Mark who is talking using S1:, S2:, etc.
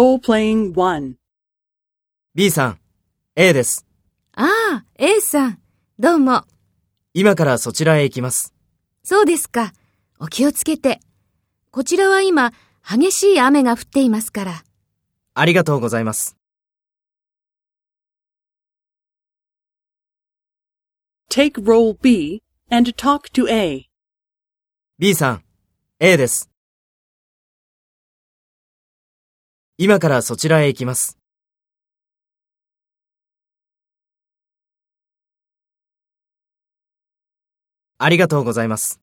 S1: Role-playing 1.
S2: B さん、A です。
S3: ああ、A さん。どうも。
S2: 今からそちらへ行きます。
S3: そうですか。お気をつけて。こちらは今、激しい雨が降っていますから。
S2: ありがとうございます。
S1: Take role B and talk to A.
S2: B さん、A です。今からそちらへ行きます。ありがとうございます。